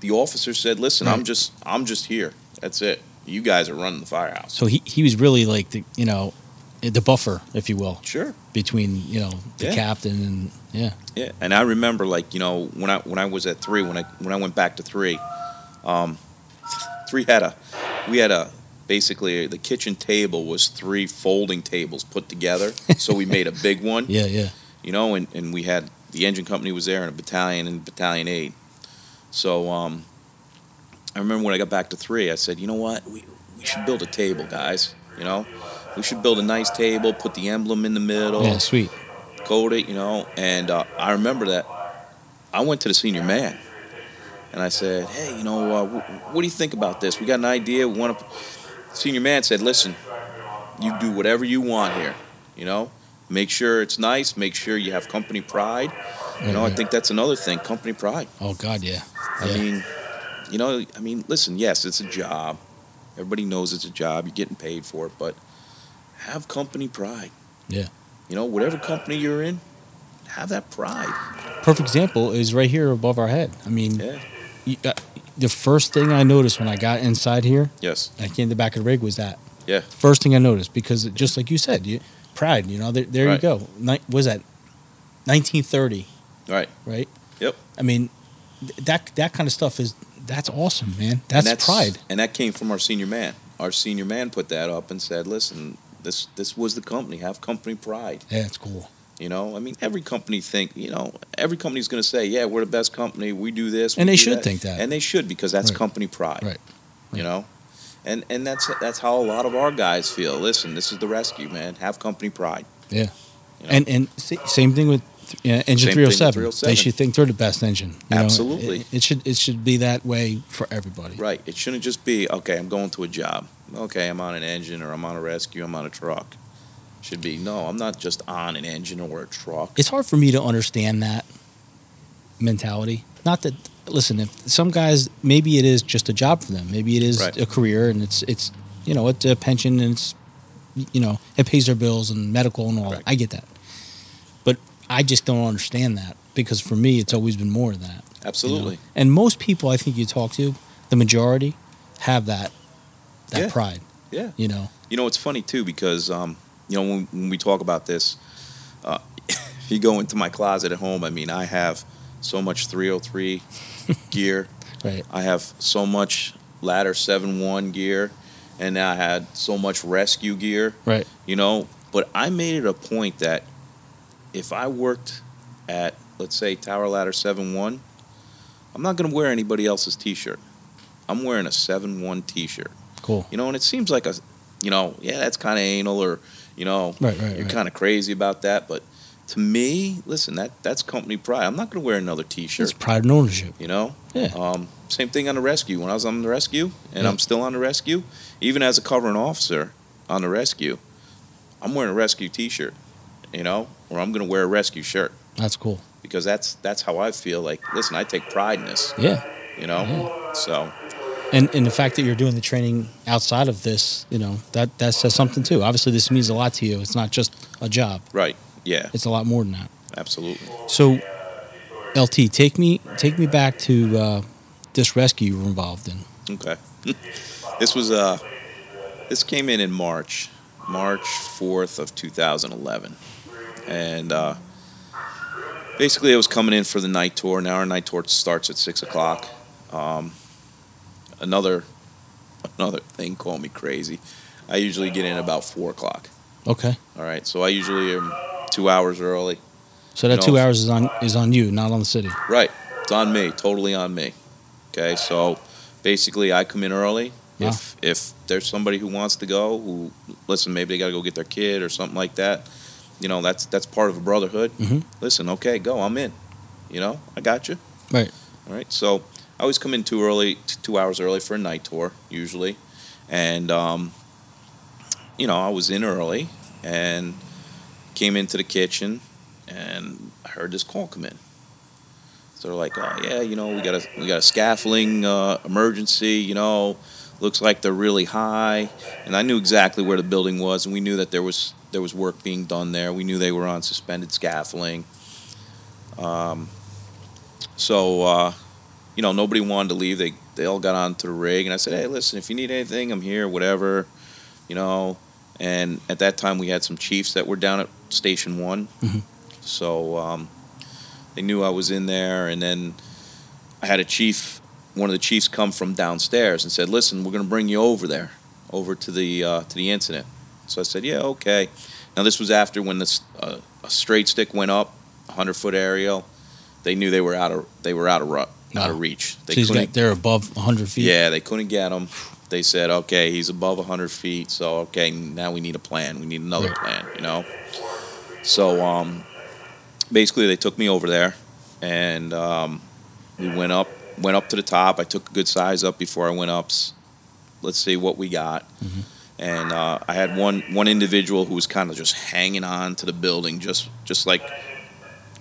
the officer said, Listen, I'm
Right.
just I'm just here. That's it. You guys are running the firehouse.
So he, he was really like the you know the buffer, if you will,
Sure.
between you know the
Yeah.
captain and yeah.
Yeah. And I remember like, you know, when I when I was at three, when I when I went back to three, um three had a we had a basically the kitchen table was three folding tables put together. so we made a big one.
Yeah, yeah.
you know, and, and we had the engine company was there and a battalion and battalion aid. So um, I remember when I got back to three, I said, you know what, we, we should build a table, guys. You know, we should build a nice table, put the emblem in the middle,
Yeah, sweet.
code it, you know. And uh, I remember that I went to the senior man and I said, hey, you know, uh, wh- what do you think about this? We got an idea. We want to. Senior man said, listen, you do whatever you want here, you know. Make sure it's nice. Make sure you have company pride. You know, I
Yeah.
think that's another thing, company pride.
Oh God, yeah.
I
Yeah.
mean, you know, I mean, listen, yes, it's a job. Everybody knows it's a job. You're getting paid for it, but have company pride.
Yeah.
You know, whatever company you're in, have that pride.
Perfect example is right here above our head. I mean,
Yeah.
you, uh, the first thing I noticed when I got inside here,
Yes.
I came to the back of the rig was that.
Yeah.
First thing I noticed because it- just like you said, you, pride. You know, there, there you
Right.
go. Ni- was that 1930?
Right.
Right.
Yep.
I mean, th- that that kind of stuff is that's awesome, man.
And
That's, pride.
And that came from our senior man. Our senior man put that up and said, "Listen, this this was the company. Have company pride."
Yeah, it's cool.
You know, I mean, every company think you know every company's going to say, "Yeah, we're the best company. We do this." we
And they
do
should think that.
and they should because that's
Right.
company pride.
Right.
You know, and and that's that's how a lot of our guys feel. Listen, this is the rescue, man. Have company pride. You know?
And and sa- same thing with uh, engine
with
307.
307.
They should think they're the best engine. you know?
Absolutely.
It, it should it should be that way for everybody.
Right. It shouldn't just be okay. I'm going to a job. Okay, I'm on an engine or I'm on a rescue. I'm on a truck. Should be no. I'm not just on an engine or a truck.
It's hard for me to understand that mentality. Not that listen, if some guys maybe it is just a job for them. Maybe it is
Right.
a career and it's it's you know, it's a pension and it's you know, it pays their bills and medical and all. that.
Right.
I get that. But I just don't understand that because for me it's always been more than that. you know?
Absolutely.
And most people I think you talk to, the majority have that that
Yeah.
pride,
Yeah.
you know.
You know, it's funny too because um, you know when, when we talk about this, uh, if you go into my closet at home, I mean, I have so much 303 gear.
Right.
I have so much ladder 7-1 gear, and I had so much rescue gear.
Right.
you know but i made it a point that if i worked at let's say tower ladder 7-1 i'm not going to wear anybody else's t-shirt i'm wearing a 7-1 t-shirt
Cool.
you know and it seems like a you know yeah that's kind of anal or you know
Right, right,
you're
right.
kind of crazy about that but to me listen that that's company pride i'm not going to wear another t-shirt
It's pride and ownership.
you know
Yeah.
um, same thing on the rescue. When I was on the rescue, and
Yeah.
I'm still on the rescue, even as a covering officer on the rescue, I'm wearing a rescue T-shirt, you know, or I'm going to wear a rescue shirt
That's cool.
because that's that's how I feel. Like, listen, I take pride in this,
Yeah.
you know.
Mm-hmm.
So
And and the fact that you're doing the training outside of this, you know, that that says something too. Obviously, this means a lot to you. It's not just a job.
right, yeah,
It's a lot more than that.
absolutely.
So, LT, take me take me back to uh, this rescue you were involved in.
Okay, this was uh, this came in in March, March fourth of 2011, and uh, basically I was coming in for the night tour. Now our night tour starts at six o'clock. Um, another another thing called me crazy. I usually get in about four o'clock.
Okay.
All right, so I usually am two hours early.
So that
No.
two hours is on is on you, not on the city.
Right. It's on me, totally on me. Okay, so basically I come in early.
Yeah.
If if there's somebody who wants to go, who listen, maybe they gotta go get their kid or something like that, you know, that's that's part of a brotherhood.
Mhm.
Listen, okay, go, I'm in. You know, I got you.
Right.
All right. So I always come in too early, t- two hours early for a night tour usually, and um, you know I was in early and came into the kitchen and I heard this call come in. So they're like, oh yeah, you know we got a we got a scaffolding uh, emergency. You know, looks like they're really high, and I knew exactly where the building was, and we knew that there was there was work being done there. We knew they were on suspended scaffolding. Um, so uh, you know nobody wanted to leave they they all got onto the rig and i said hey listen if you need anything i'm here whatever you know and at that time we had some chiefs that were down at station one
Mhm.
so um, they knew i was in there and then i had a chief one of the chiefs come from downstairs and said listen we're going to bring you over there over to the uh, to the incident so i said yeah okay now this was after when this uh, a straight stick went up 100 foot aerial they knew they were out of they were out of rut, out
Wow.
of reach. They
so he's
couldn't
got, they're above 100 feet.
yeah, they couldn't get him. They said, okay, he's above 100 feet, so okay, now we need a plan. We need another
Right.
plan, you know? So um, basically, they took me over there, and um, we went up, went up to the top. I took a good size up before I went up. S- Let's see what we got. And uh, I had one one individual who was kind of just hanging on to the building, just just like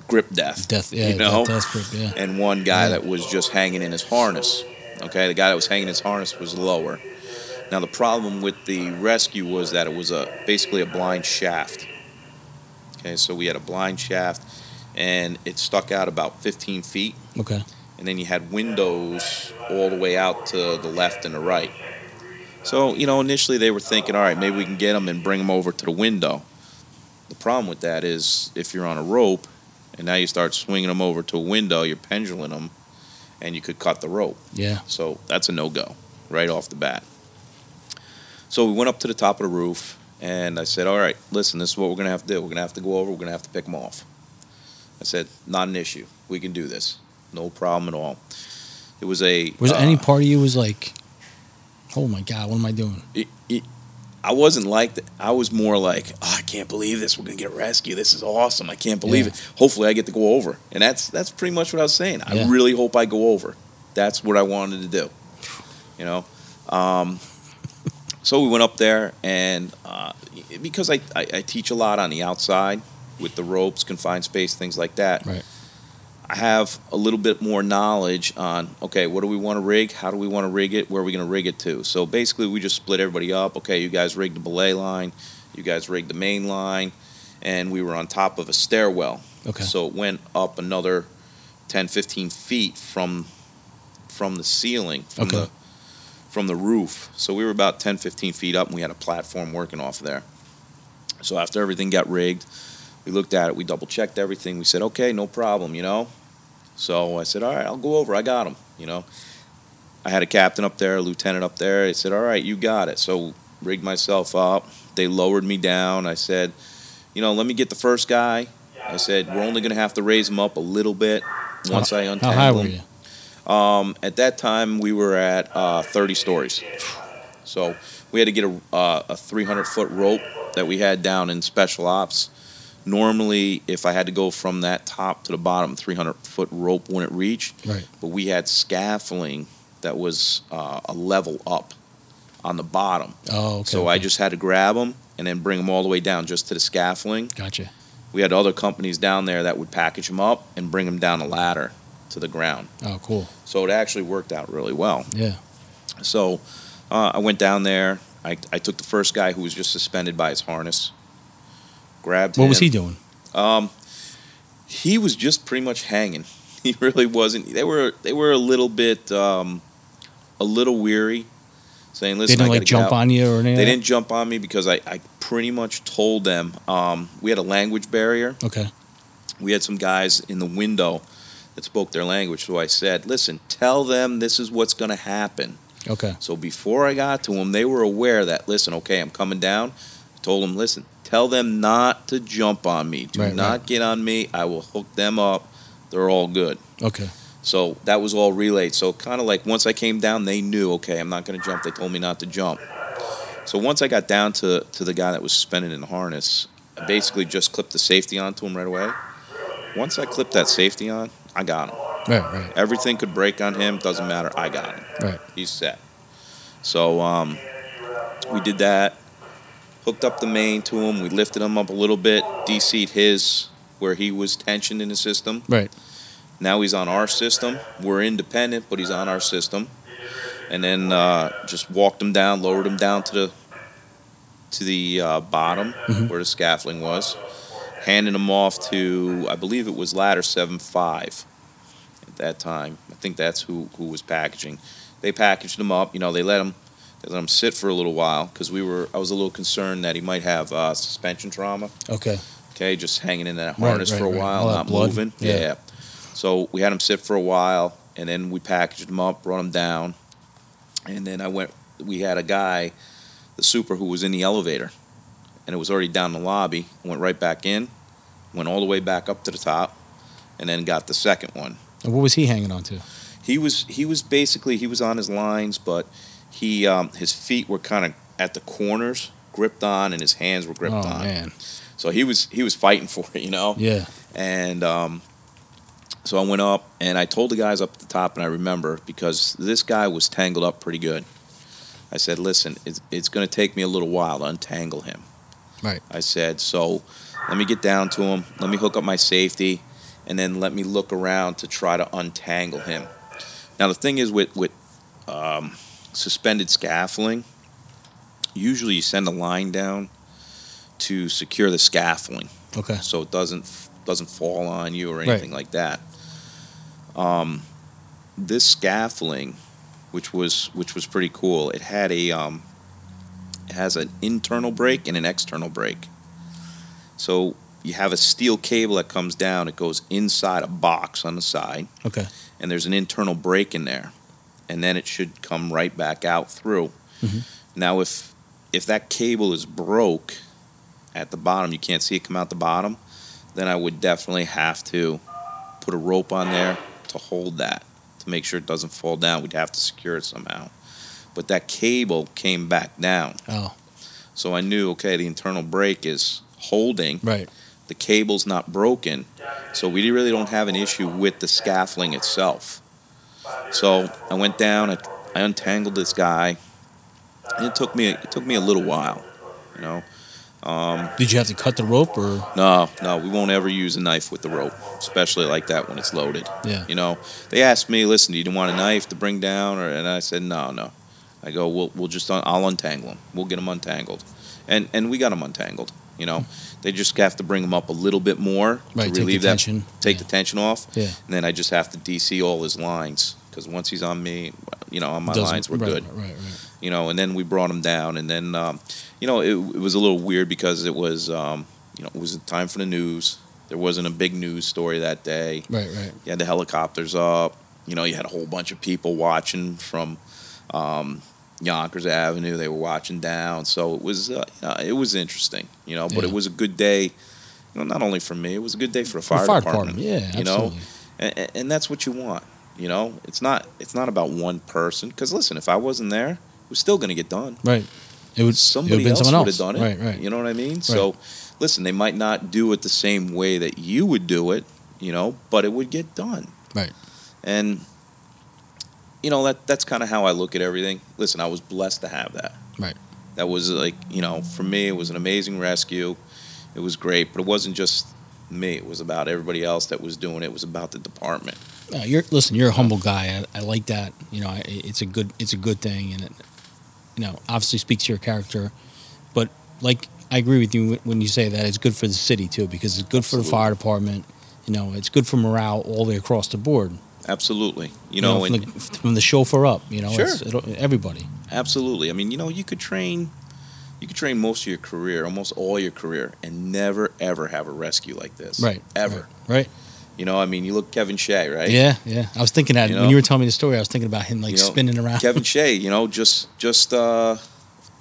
grip death.
Death. Yeah.
you know?
Death grip. Yeah.
and one guy
Yeah.
that was just hanging in his harness. Okay, the guy that was hanging in his harness was lower. Now the problem with the rescue was that it was a basically a blind shaft. Okay, so we had a blind shaft, and it stuck out about 15 feet,
Okay.
and then you had windows all the way out to the left and the right. So you know, initially they were thinking, all right, maybe we can get him and bring him over to the window. The problem with that is if you're on a rope and now you start swinging them over to a window, you're pendulating them, and you could cut the rope.
Yeah.
So that's a no go right off the bat. So we went up to the top of the roof, and I said, All right, listen, this is what we're going to have to do. We're going to have to go over, we're going to have to pick them off. I said, Not an issue. We can do this. No problem at all. It was a.
Was
uh,
any part of you was like, oh my god, what am I doing?
it, it, I wasn't like that. I was more like, oh, I can't believe this. We're gonna get rescued. This is awesome. I can't believe
Yeah.
it. Hopefully, I get to go over. And that's that's pretty much what I was saying.
Yeah.
I really hope I go over. That's what I wanted to do. You know, um, so we went up there, and uh, because I, I I teach a lot on the outside with the ropes, confined space, things like that.
Right.
I have a little bit more knowledge on okay, what do we want to rig? How do we want to rig it? Where are we going to rig it to? So basically, we just split everybody up. Okay, you guys rigged the belay line, you guys rigged the main line, and we were on top of a stairwell.
Okay.
So it went up another 10, 15 feet from from the ceiling, from
Okay.
the from the roof. So we were about 10, 15 feet up, and we had a platform working off there. So after everything got rigged, we looked at it, we double checked everything. We said, okay, no problem, you know. So I said, all right, I'll go over. I got him, you know. I had a captain up there, a lieutenant up there. They said, all right, you got it. So rigged myself up. They lowered me down. I said, you know, let me get the first guy. I said, we're only going to have to raise him up a little bit once
How
I
high
untangle
were
him.
you?
Um, at that time, we were at uh, 30 stories. So we had to get a, uh, a 300 foot rope that we had down in special ops. Normally, if I had to go from that top to the bottom, 300 foot rope wouldn't reach.
Right.
But we had scaffolding that was uh, a level up on the bottom.
Oh, okay.
so I just had to grab them and then bring them all the way down just to the scaffolding
gotcha.
we had other companies down there that would package them up and bring them down a ladder to the ground.
Oh, cool.
So it actually worked out really well.
Yeah.
So uh, I went down there. I, I took the first guy who was just suspended by his harness, grabbed
What was
him.
he doing?
Um, he was just pretty much hanging. He really wasn't. They were they were a little bit um, a little weary, saying,
They
"Listen,
didn't
I
like
gotta get
jump
out."
on you or anything.
They
like
didn't jump on me because I, I pretty much told them um, we had a language barrier
that? Okay.
we had some guys in the window that spoke their language. So I said, listen, tell them this is what's going to happen.
Okay.
So before I got to them, they were aware that, listen, okay, I'm coming down. I told them, listen, tell them not to jump on me. Do
Right,
not
right.
get on me. I will hook them up. They're all good.
Okay.
So that was all relayed. So kind of like once I came down, they knew, okay, I'm not going to jump. They told me not to jump. So once I got down to, to the guy that was suspended in the harness, I basically just clipped the safety onto him right away. Once I clipped that safety on, I got him.
Right. Right.
Everything could break on him. Doesn't matter. I got him.
Right.
He's set. So um, we did that. Hooked up the main to him. We lifted him up a little bit. DC'd his where he was tensioned in the system.
Right.
Now he's on our system. We're independent, but he's on our system. And then uh, just walked him down, lowered him down to the to the uh, bottom
Mhm.
where the scaffolding was, handed him off to I believe it was ladder seven five at that time. I think that's who who was packaging. They packaged him up. You know, they let him they let him sit for a little while because we were I was a little concerned that he might have uh, suspension trauma
Okay.
okay, just hanging in that
Right,
harness
right,
for a
right.
while,
All that
not
blood.
moving.
Yeah.
Yeah. So we had him sit for a while, and then we packaged him up, brought him down, and then I went. We had a guy, the super, who was in the elevator, and it was already down the lobby. Went right back in, went all the way back up to the top, and then got the second one.
And what was he hanging on to?
He was he was basically he was on his lines, but he um, his feet were kind of at the corners, gripped on, and his hands were gripped
oh
on.
man.
So he was he was fighting for it, you know.
Yeah.
And um, so I went up and I told the guys up at the top, and I remember because this guy was tangled up pretty good. I said, listen, it's, it's going to take me a little while to untangle him.
Right.
I said, so let me get down to him, let me hook up my safety, and then let me look around to try to untangle him. Now, the thing is with, with um, suspended scaffolding, usually you send a line down to secure the scaffolding
Okay.
so it doesn't doesn't fall on you or
Right.
anything like that. Um, this scaffolding, which was which was pretty cool, it had a um, it has an internal brake and an external brake. So you have a steel cable that comes down, it goes inside a box on the side,
Okay.
and there's an internal break in there, and then it should come right back out through.
Mhm.
Now, if if that cable is broke at the bottom, you can't see it come out the bottom, then I would definitely have to put a rope on there to hold that to make sure it doesn't fall down. We'd have to secure it somehow. But that cable came back down.
Oh,
So I knew, okay, the internal brake is holding.
right.
The cable's not broken. So we really don't have an issue with the scaffolding itself. So I went down, I, I untangled this guy, and it took me it took me a little while, you know. Um,
Did you have to cut the rope or?
No, no, we won't ever use a knife with the rope, especially like that when it's loaded.
Yeah.
You know, they asked me, listen, do you want a knife to bring down? Or, and I said, no, no. I go, we'll, we'll just, un- I'll untangle them. We'll get them untangled. And, and we got them untangled. You know, they just have to bring them up a little bit more
Right, take
to
the
relieve that,
tension.
take
Yeah.
the tension off.
Yeah.
And then I just have to DC all his lines because once he's on me, you know, on my
doesn't-
lines, we're
right,
good
Right, right.
you know, and then we brought him down, and then um, you know it, it was a little weird because it was um, you know it was the time for the news. There wasn't a big news story that day.
Right, right.
You had the helicopters up. You know, you had a whole bunch of people watching from um, Yonkers Avenue. They were watching down, so it was uh, uh, it was interesting, you know. But
Yeah.
it was a good day. You know, not only for me, it was a good day for the fire,
The
department.
Yeah,
you know,
absolutely.
and, and that's what you want. You know, it's not it's not about one person. Because listen, if I wasn't there, it was still going to get done.
Right. It would. it would
Somebody
have been
else would
someone
have
else.
done it.
Right, right.
You know what I mean? So, listen, they might not do it the same way that you would do it. You know, but it would get done.
Right.
And you know that that's kind of how I look at everything. Listen, I was blessed to have that.
Right.
That was like you know for me it was an amazing rescue. It was great, but it wasn't just me. It was about everybody else that was doing it. It was about the department.
No, you're listen. You're a humble guy. I, I like that. You know, I, it's a good it's a good thing, and it, you know, obviously speaks to your character. But like, I agree with you when you say that it's good for the city too, because it's good for the
Absolutely.
fire department. You know, it's good for morale all the way across the board.
Absolutely, you know,
from,
and,
the, from the chauffeur up. You know,
Sure.
it's, it'll, everybody.
Absolutely. I mean, you know, you could train, you could train most of your career, almost all your career, and never ever have a rescue like this.
Right.
Ever.
Right.
You know, I mean, you look Kevin Shea, right?
Yeah. Yeah. I was thinking that
You
when
know?
you were telling me the story, I was thinking about him like
You know,
spinning around.
Kevin Shea, you know, just just uh,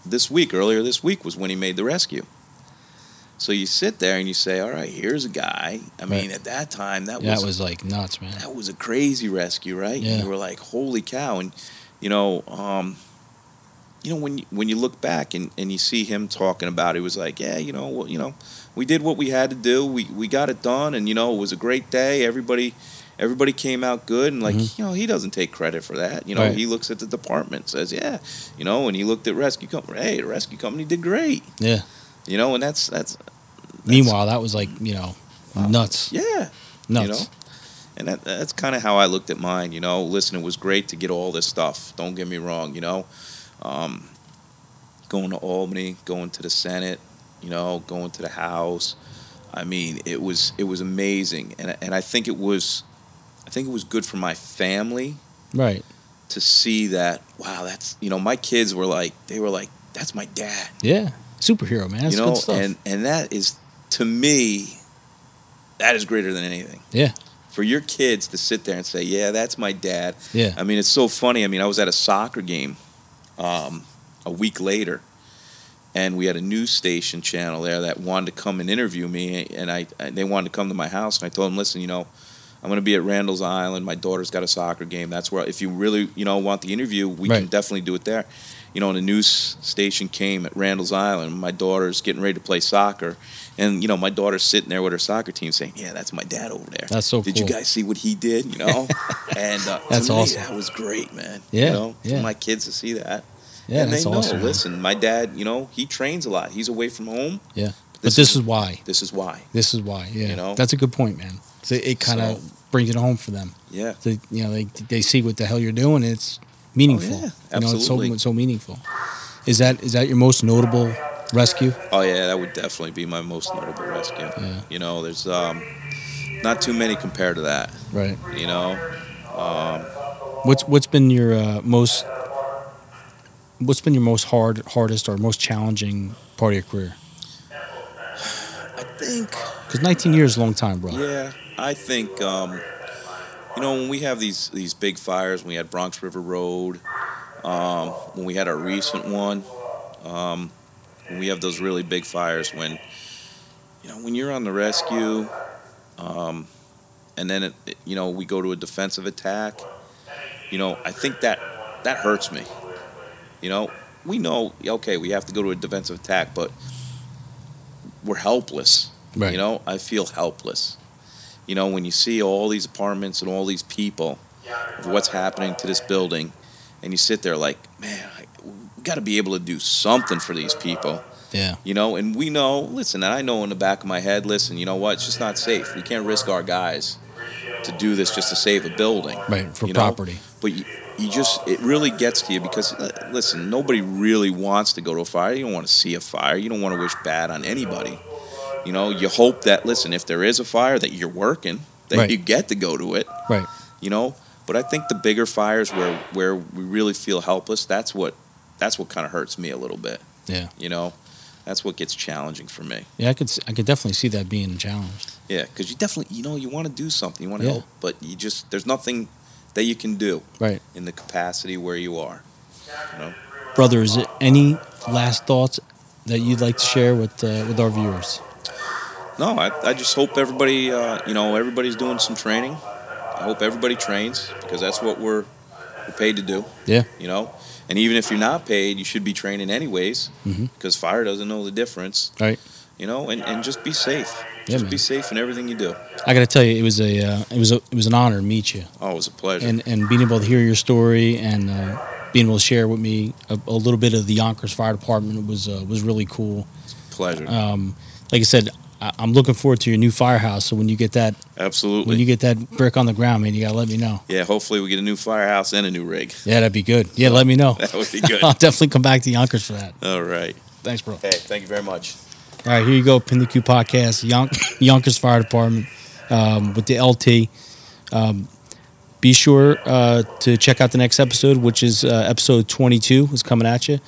this week, earlier this week, was when he made the rescue. So you sit there and you say, "All right, here's a guy." I mean,
Right.
at that time, that
yeah,
was
that was like nuts, man.
that was a crazy rescue, right?
Yeah.
And you were like, holy cow. And, you know, um, you know, when you, when you look back and, and you see him talking about it, he was like, yeah, you know, well, you know, we did what we had to do. We, we got it done. And, you know, it was a great day. Everybody, everybody came out good. And like, you know, he doesn't take credit for that. You know,
Mm-hmm. Right.
he looks at the department and says, yeah, you know, and he looked at rescue company. Hey, the rescue company did great.
Yeah.
You know, and that's, that's,
Meanwhile, that was like you know, nuts.
yeah.
Nuts.
You know? And that, that's kind of how I looked at mine. You know, listen, it was great to get all this stuff. Don't get me wrong. You know, um, going to Albany, going to the Senate, you know, going to the House. I mean, it was it was amazing, and and I think it was, I think it was good for my family
Right.
to see that. Wow, that's you know, my kids were like, they were like, that's my dad.
Yeah. Superhero man. That's
you know,
good stuff.
and and that is to me, that is greater than anything.
Yeah.
For your kids to sit there and say, "Yeah, that's my dad."
yeah.
I mean, it's so funny. I mean, I was at a soccer game um, a week later, and we had a news station channel there that wanted to come and interview me, and I and they wanted to come to my house, and I told them, "Listen, you know, I'm going to be at Randall's Island. My daughter's got a soccer game. That's where if you really, you know, want the interview, we can
Right.
definitely do it there." You know, and the news station came at Randall's Island. My daughter's getting ready to play soccer, and you know, my daughter's sitting there with her soccer team, saying, "Yeah, that's my dad over there."
That's so
Did
cool.
you guys see what he did? You know, and uh,
That's
to me,
awesome.
that was great, man.
Yeah,
you know,
yeah.
for my kids to see that.
yeah.
and
that's
they know.
awesome. man.
Listen, my dad, you know, he trains a lot. He's away from home.
Yeah.
But
But this is why.
this is why.
This is why. Yeah.
You know?
That's a good point, man. 'Cause It, it kind of
So-
brings it home for them.
Yeah,
They, you know, they they see what the hell you're doing. And it's meaningful.
Oh, yeah,
You know, it's so
absolutely.
it's so meaningful. Is that is that your most notable rescue?
Oh yeah, that would definitely be my most notable rescue.
Yeah.
You know, there's um, not too many compared to that.
Right.
You know,
What's what's been your uh, most what's been your most hard hardest or most challenging part of your career?
I think
Because 19 years is a long time, bro.
Yeah, I think um, you know when we have these these big fires. When we had Bronx River Road. Um, when we had our recent one. Um, when we have those really big fires, when you know when you're on the rescue, um, and then it, it- you know we go to a defensive attack. You know, I think that that hurts me. You know, we know okay we have to go to a defensive attack, but we're helpless.
Right.
You know, I feel helpless. You know, when you see all these apartments and all these people, of what's happening to this building, and you sit there like, man, I, we got to be able to do something for these people.
Yeah.
You know, and we know, listen, and I know in the back of my head, listen, you know what? It's just not safe. We can't risk our guys to do this just to save a building.
Right. For
You know?
property.
But you, you just, it really gets to you because, uh, listen, nobody really wants to go to a fire. You don't want to see a fire. You don't want to wish bad on anybody. You know, you hope that, listen, if there is a fire, that you're working, that
Right.
you get to go to it.
Right.
You know, but I think the bigger fires where, where we really feel helpless, that's what, that's what kind of hurts me a little bit.
Yeah.
You know, that's what gets challenging for me.
Yeah. I could. s- I could definitely see that being challenged.
Yeah, because you definitely, you know, you want to do something, you want to
Yeah.
help, but you just, there's nothing that you can do
Right.
in the capacity where you are.
Brother, is it any last thoughts that you'd like to share with uh, with our viewers?
No, I, I just hope everybody, uh, you know, everybody's doing some training. I hope everybody trains because that's what we're, we're paid to do.
Yeah.
You know, and even if you're not paid, you should be training anyways
Mhm.
because fire doesn't know the difference.
Right.
You know, and, and just be safe.
Yeah,
just
man.
be safe in everything you do.
I got to tell you, it was a uh, it was a, it was an honor to meet you,
Always Oh, a pleasure.
and and being able to hear your story and uh, being able to share with me a, a little bit of the Yonkers Fire Department was uh, was really cool.
pleasure.
Um, like I said, I, I'm looking forward to your new firehouse. So when you get that
Absolutely.
when you get that brick on the ground, man, you gotta let me know.
yeah, hopefully we get a new firehouse and a new rig.
Yeah, that'd be good. Yeah, let me know.
That would be good.
I'll definitely come back to Yonkers for that.
All right.
Thanks, bro.
Hey, thank you very much.
All right, here you go, Pin the Q podcast, Yon- Yonkers Fire Department um, with the LT. Um, be sure uh, to check out the next episode, which is uh, episode 22, is coming at you,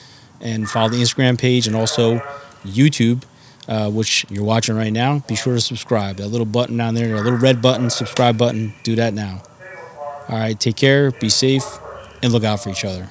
and follow the Instagram page and also YouTube, uh, which you're watching right now. Be sure to subscribe. That little button down there, that little red button, subscribe button. Do that now. All right, take care, be safe, and look out for each other.